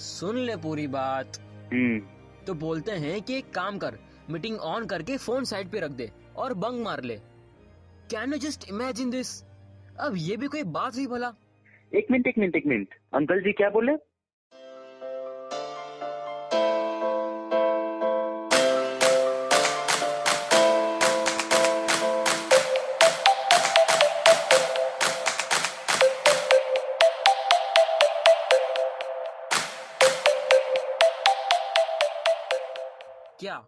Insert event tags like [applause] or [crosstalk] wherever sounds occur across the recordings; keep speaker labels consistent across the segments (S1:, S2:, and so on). S1: सुन ले पूरी बात
S2: हम्म
S1: तो बोलते हैं कि एक काम कर मीटिंग ऑन करके फोन साइड पे रख दे और बंग मार ले can you just imagine this अब ये भी कोई बात हुई भला
S2: एक मिनट एक मिनट एक मिनट अंकल जी क्या बोले
S1: क्या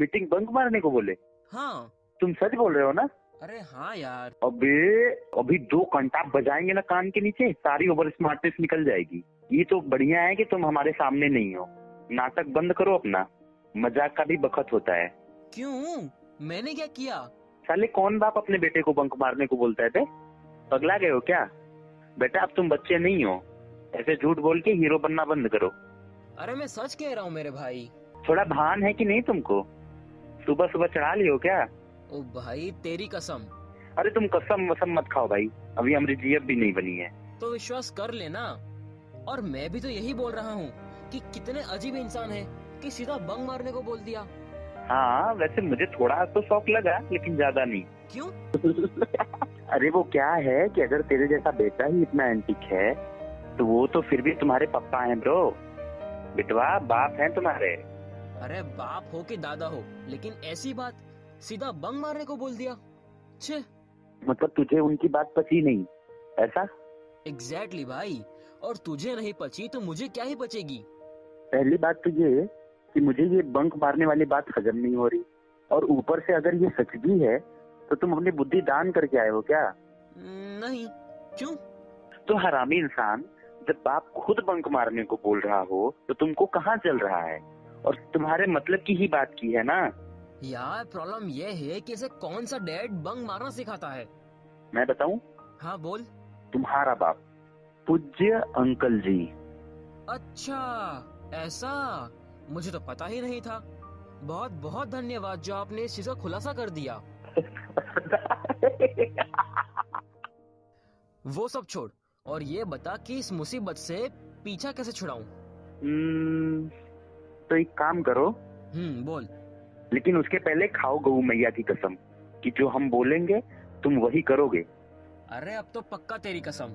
S2: मीटिंग बंक मारने को बोले
S1: हाँ
S2: तुम सच बोल रहे हो ना
S1: अरे हाँ यार
S2: अबे अभी दो कंटाप बजाएंगे ना कान के नीचे सारी ओवर स्मार्टनेस निकल जाएगी ये तो बढ़िया है कि तुम हमारे सामने नहीं हो नाटक बंद करो अपना मजाक का भी बखत होता है
S1: क्यों मैंने क्या किया
S2: साले कौन बाप अपने बेटे को बंक मारने को बोलता है बे पगला गए हो क्या बेटा अब तुम बच्चे नहीं हो ऐसे झूठ बोल के हीरो बनना बंद करो
S1: अरे मैं सच कह रहा हूँ मेरे भाई
S2: थोड़ा भान है कि नहीं तुमको सुबह सुबह चढ़ा लियो क्या
S1: ओ भाई तेरी कसम
S2: अरे तुम कसम वसम मत खाओ भाई अभी हमारी जीएफ भी नहीं बनी है
S1: तो विश्वास कर लेना और मैं भी तो यही बोल रहा हूँ कि कितने अजीब इंसान हैं कि सीधा बंग मारने को बोल दिया
S2: हाँ वैसे मुझे थोड़ा तो शौक लगा लेकिन ज्यादा नहीं
S1: क्यों
S2: अरे वो क्या है कि अगर तेरे जैसा बेटा ही इतना एंटिक है तो वो तो फिर भी तुम्हारे पापा हैं ब्रो बिटवा बाप हैं तुम्हारे
S1: अरे बाप हो के दादा हो लेकिन ऐसी बात सीधा बंग मारने को बोल दिया छे
S2: मतलब तुझे उनकी बात पची नहीं ऐसा
S1: एग्जैक्टली भाई और तुझे नहीं पची तो मुझे क्या ही बचेगी
S2: पहली बात तो ये कि मुझे ये बंक मारने वाली बात हजम नहीं हो रही और ऊपर से अगर ये सच भी है तो तुम अपनी बुद्धि दान करके आए हो क्या
S1: नहीं क्यों
S2: तो हरामी इंसान जब बाप खुद बंक मारने को बोल रहा हो तो तुमको कहाँ चल रहा है और तुम्हारे मतलब की ही बात की है ना
S1: यार प्रॉब्लम ये है कि इसे कौन सा डैड बंग मारना सिखाता है
S2: मैं बताऊं
S1: हाँ बोल
S2: तुम्हारा बाप पूज्य अंकल जी [laughs]
S1: अच्छा ऐसा मुझे तो पता ही नहीं था बहुत बहुत धन्यवाद जो आपने इस चीज का खुलासा कर दिया वो सब छोड़ और ये बता कि इस मुसीबत से पीछा कैसे छुड़ाऊं
S2: हम्म, तो एक काम करो
S1: हम्म बोल
S2: लेकिन उसके पहले खाओ गऊ मैया की कसम कि जो हम बोलेंगे तुम वही करोगे
S1: अरे अब तो पक्का तेरी कसम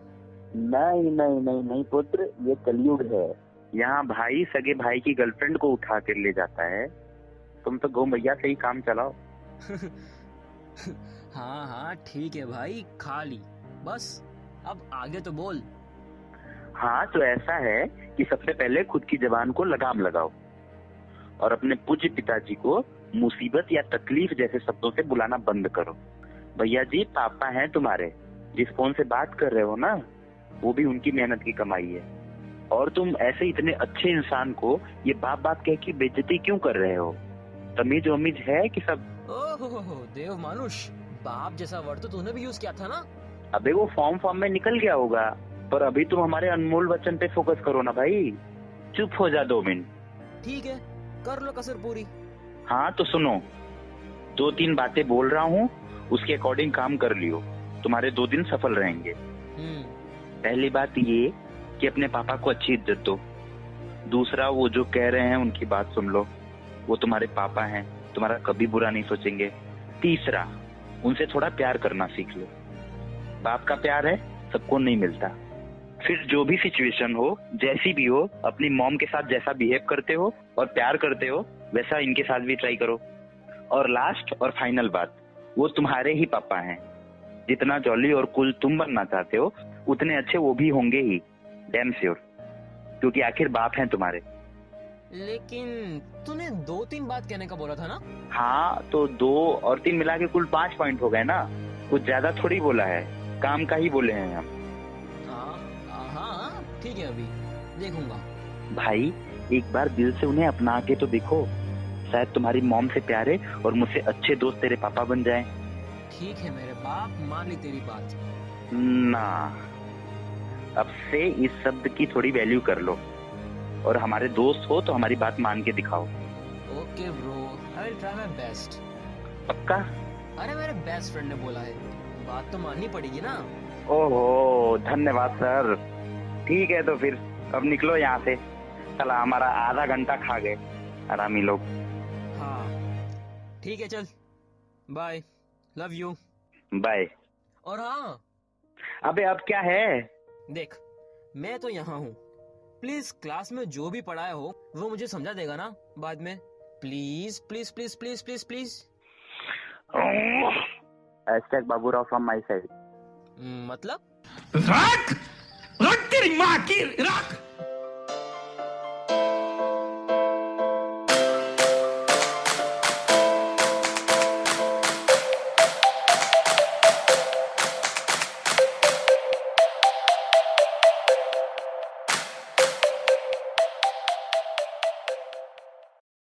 S2: नहीं नहीं नहीं नहीं पुत्र ये कलयुग है यहाँ भाई सगे भाई की गर्लफ्रेंड को उठा कर ले जाता है तुम तो गौ मैया से ही काम चलाओ
S1: हाँ हाँ ठीक है भाई खा ली बस अब आगे तो बोल
S2: हाँ तो ऐसा है कि सबसे पहले खुद की जबान को लगाम लगाओ और अपने पूज्य पिताजी को मुसीबत या तकलीफ जैसे शब्दों से बुलाना बंद करो भैया जी पापा हैं तुम्हारे जिस फोन से बात कर रहे हो ना वो भी उनकी मेहनत की कमाई है और तुम ऐसे इतने अच्छे इंसान को ये बाप बाप कह के बेइज्जती क्यों कर रहे हो तमीज उमीज है कि सब
S1: ओहो हो हो, देव मानुष बाप जैसा वर्ड तो तूने भी यूज किया था ना
S2: अबे वो फॉर्म फॉर्म में निकल गया होगा पर अभी तुम हमारे अनमोल वचन पे फोकस करो ना भाई चुप हो जा दो मिनट
S1: ठीक है कर लो कसर पूरी
S2: हाँ तो सुनो दो तीन बातें बोल रहा हूँ उसके अकॉर्डिंग काम कर लियो तुम्हारे दो दिन सफल रहेंगे
S1: हम्म
S2: पहली बात ये कि अपने पापा को अच्छी इज्जत दो दूसरा वो जो कह रहे हैं उनकी बात सुन लो वो तुम्हारे पापा हैं तुम्हारा कभी बुरा नहीं सोचेंगे तीसरा उनसे थोड़ा प्यार करना सीख लो बाप का प्यार है सबको नहीं मिलता फिर जो भी सिचुएशन हो जैसी भी हो अपनी मॉम के साथ जैसा बिहेव करते हो और प्यार करते हो वैसा इनके साथ भी ट्राई करो और लास्ट और फाइनल बात वो तुम्हारे ही पापा हैं जितना जॉली और कुल तुम बनना चाहते हो उतने अच्छे वो भी होंगे ही डैम श्योर क्योंकि आखिर बाप हैं तुम्हारे
S1: लेकिन तूने दो तीन बात कहने का बोला था ना
S2: हाँ तो दो और तीन मिला के कुल पांच पॉइंट हो गए ना कुछ ज्यादा थोड़ी बोला है काम का ही बोले हैं हम
S1: हाँ हाँ, हाँ ठीक है अभी देखूंगा
S2: भाई एक बार दिल से उन्हें अपना के तो देखो शायद तुम्हारी मॉम से प्यारे और मुझसे अच्छे दोस्त तेरे पापा बन जाएं
S1: ठीक है मेरे बाप मान ली तेरी बात
S2: ना अब से इस शब्द की थोड़ी वैल्यू कर लो और हमारे दोस्त हो तो हमारी बात मान के दिखाओ
S1: okay bro I will try my best
S2: पक्का
S1: अरे मेरे बेस्ट फ्रेंड ने बोला है बात तो माननी पड़ेगी ना
S2: ओहो धन्यवाद सर ठीक है तो फिर अब निकलो यहाँ से साला हमारा आधा घंटा खा गए आरामी लोग
S1: हाँ ठीक है चल बाय लव यू
S2: बाय
S1: और हाँ
S2: अबे अब क्या है
S1: देख मैं तो यहाँ हूँ प्लीज क्लास में जो भी पढ़ाया हो वो मुझे समझा देगा ना बाद में please please please please please please
S2: hashtag Baburao from my side
S1: मतलब
S3: Rock! Rock तेरी माँ की! Rock!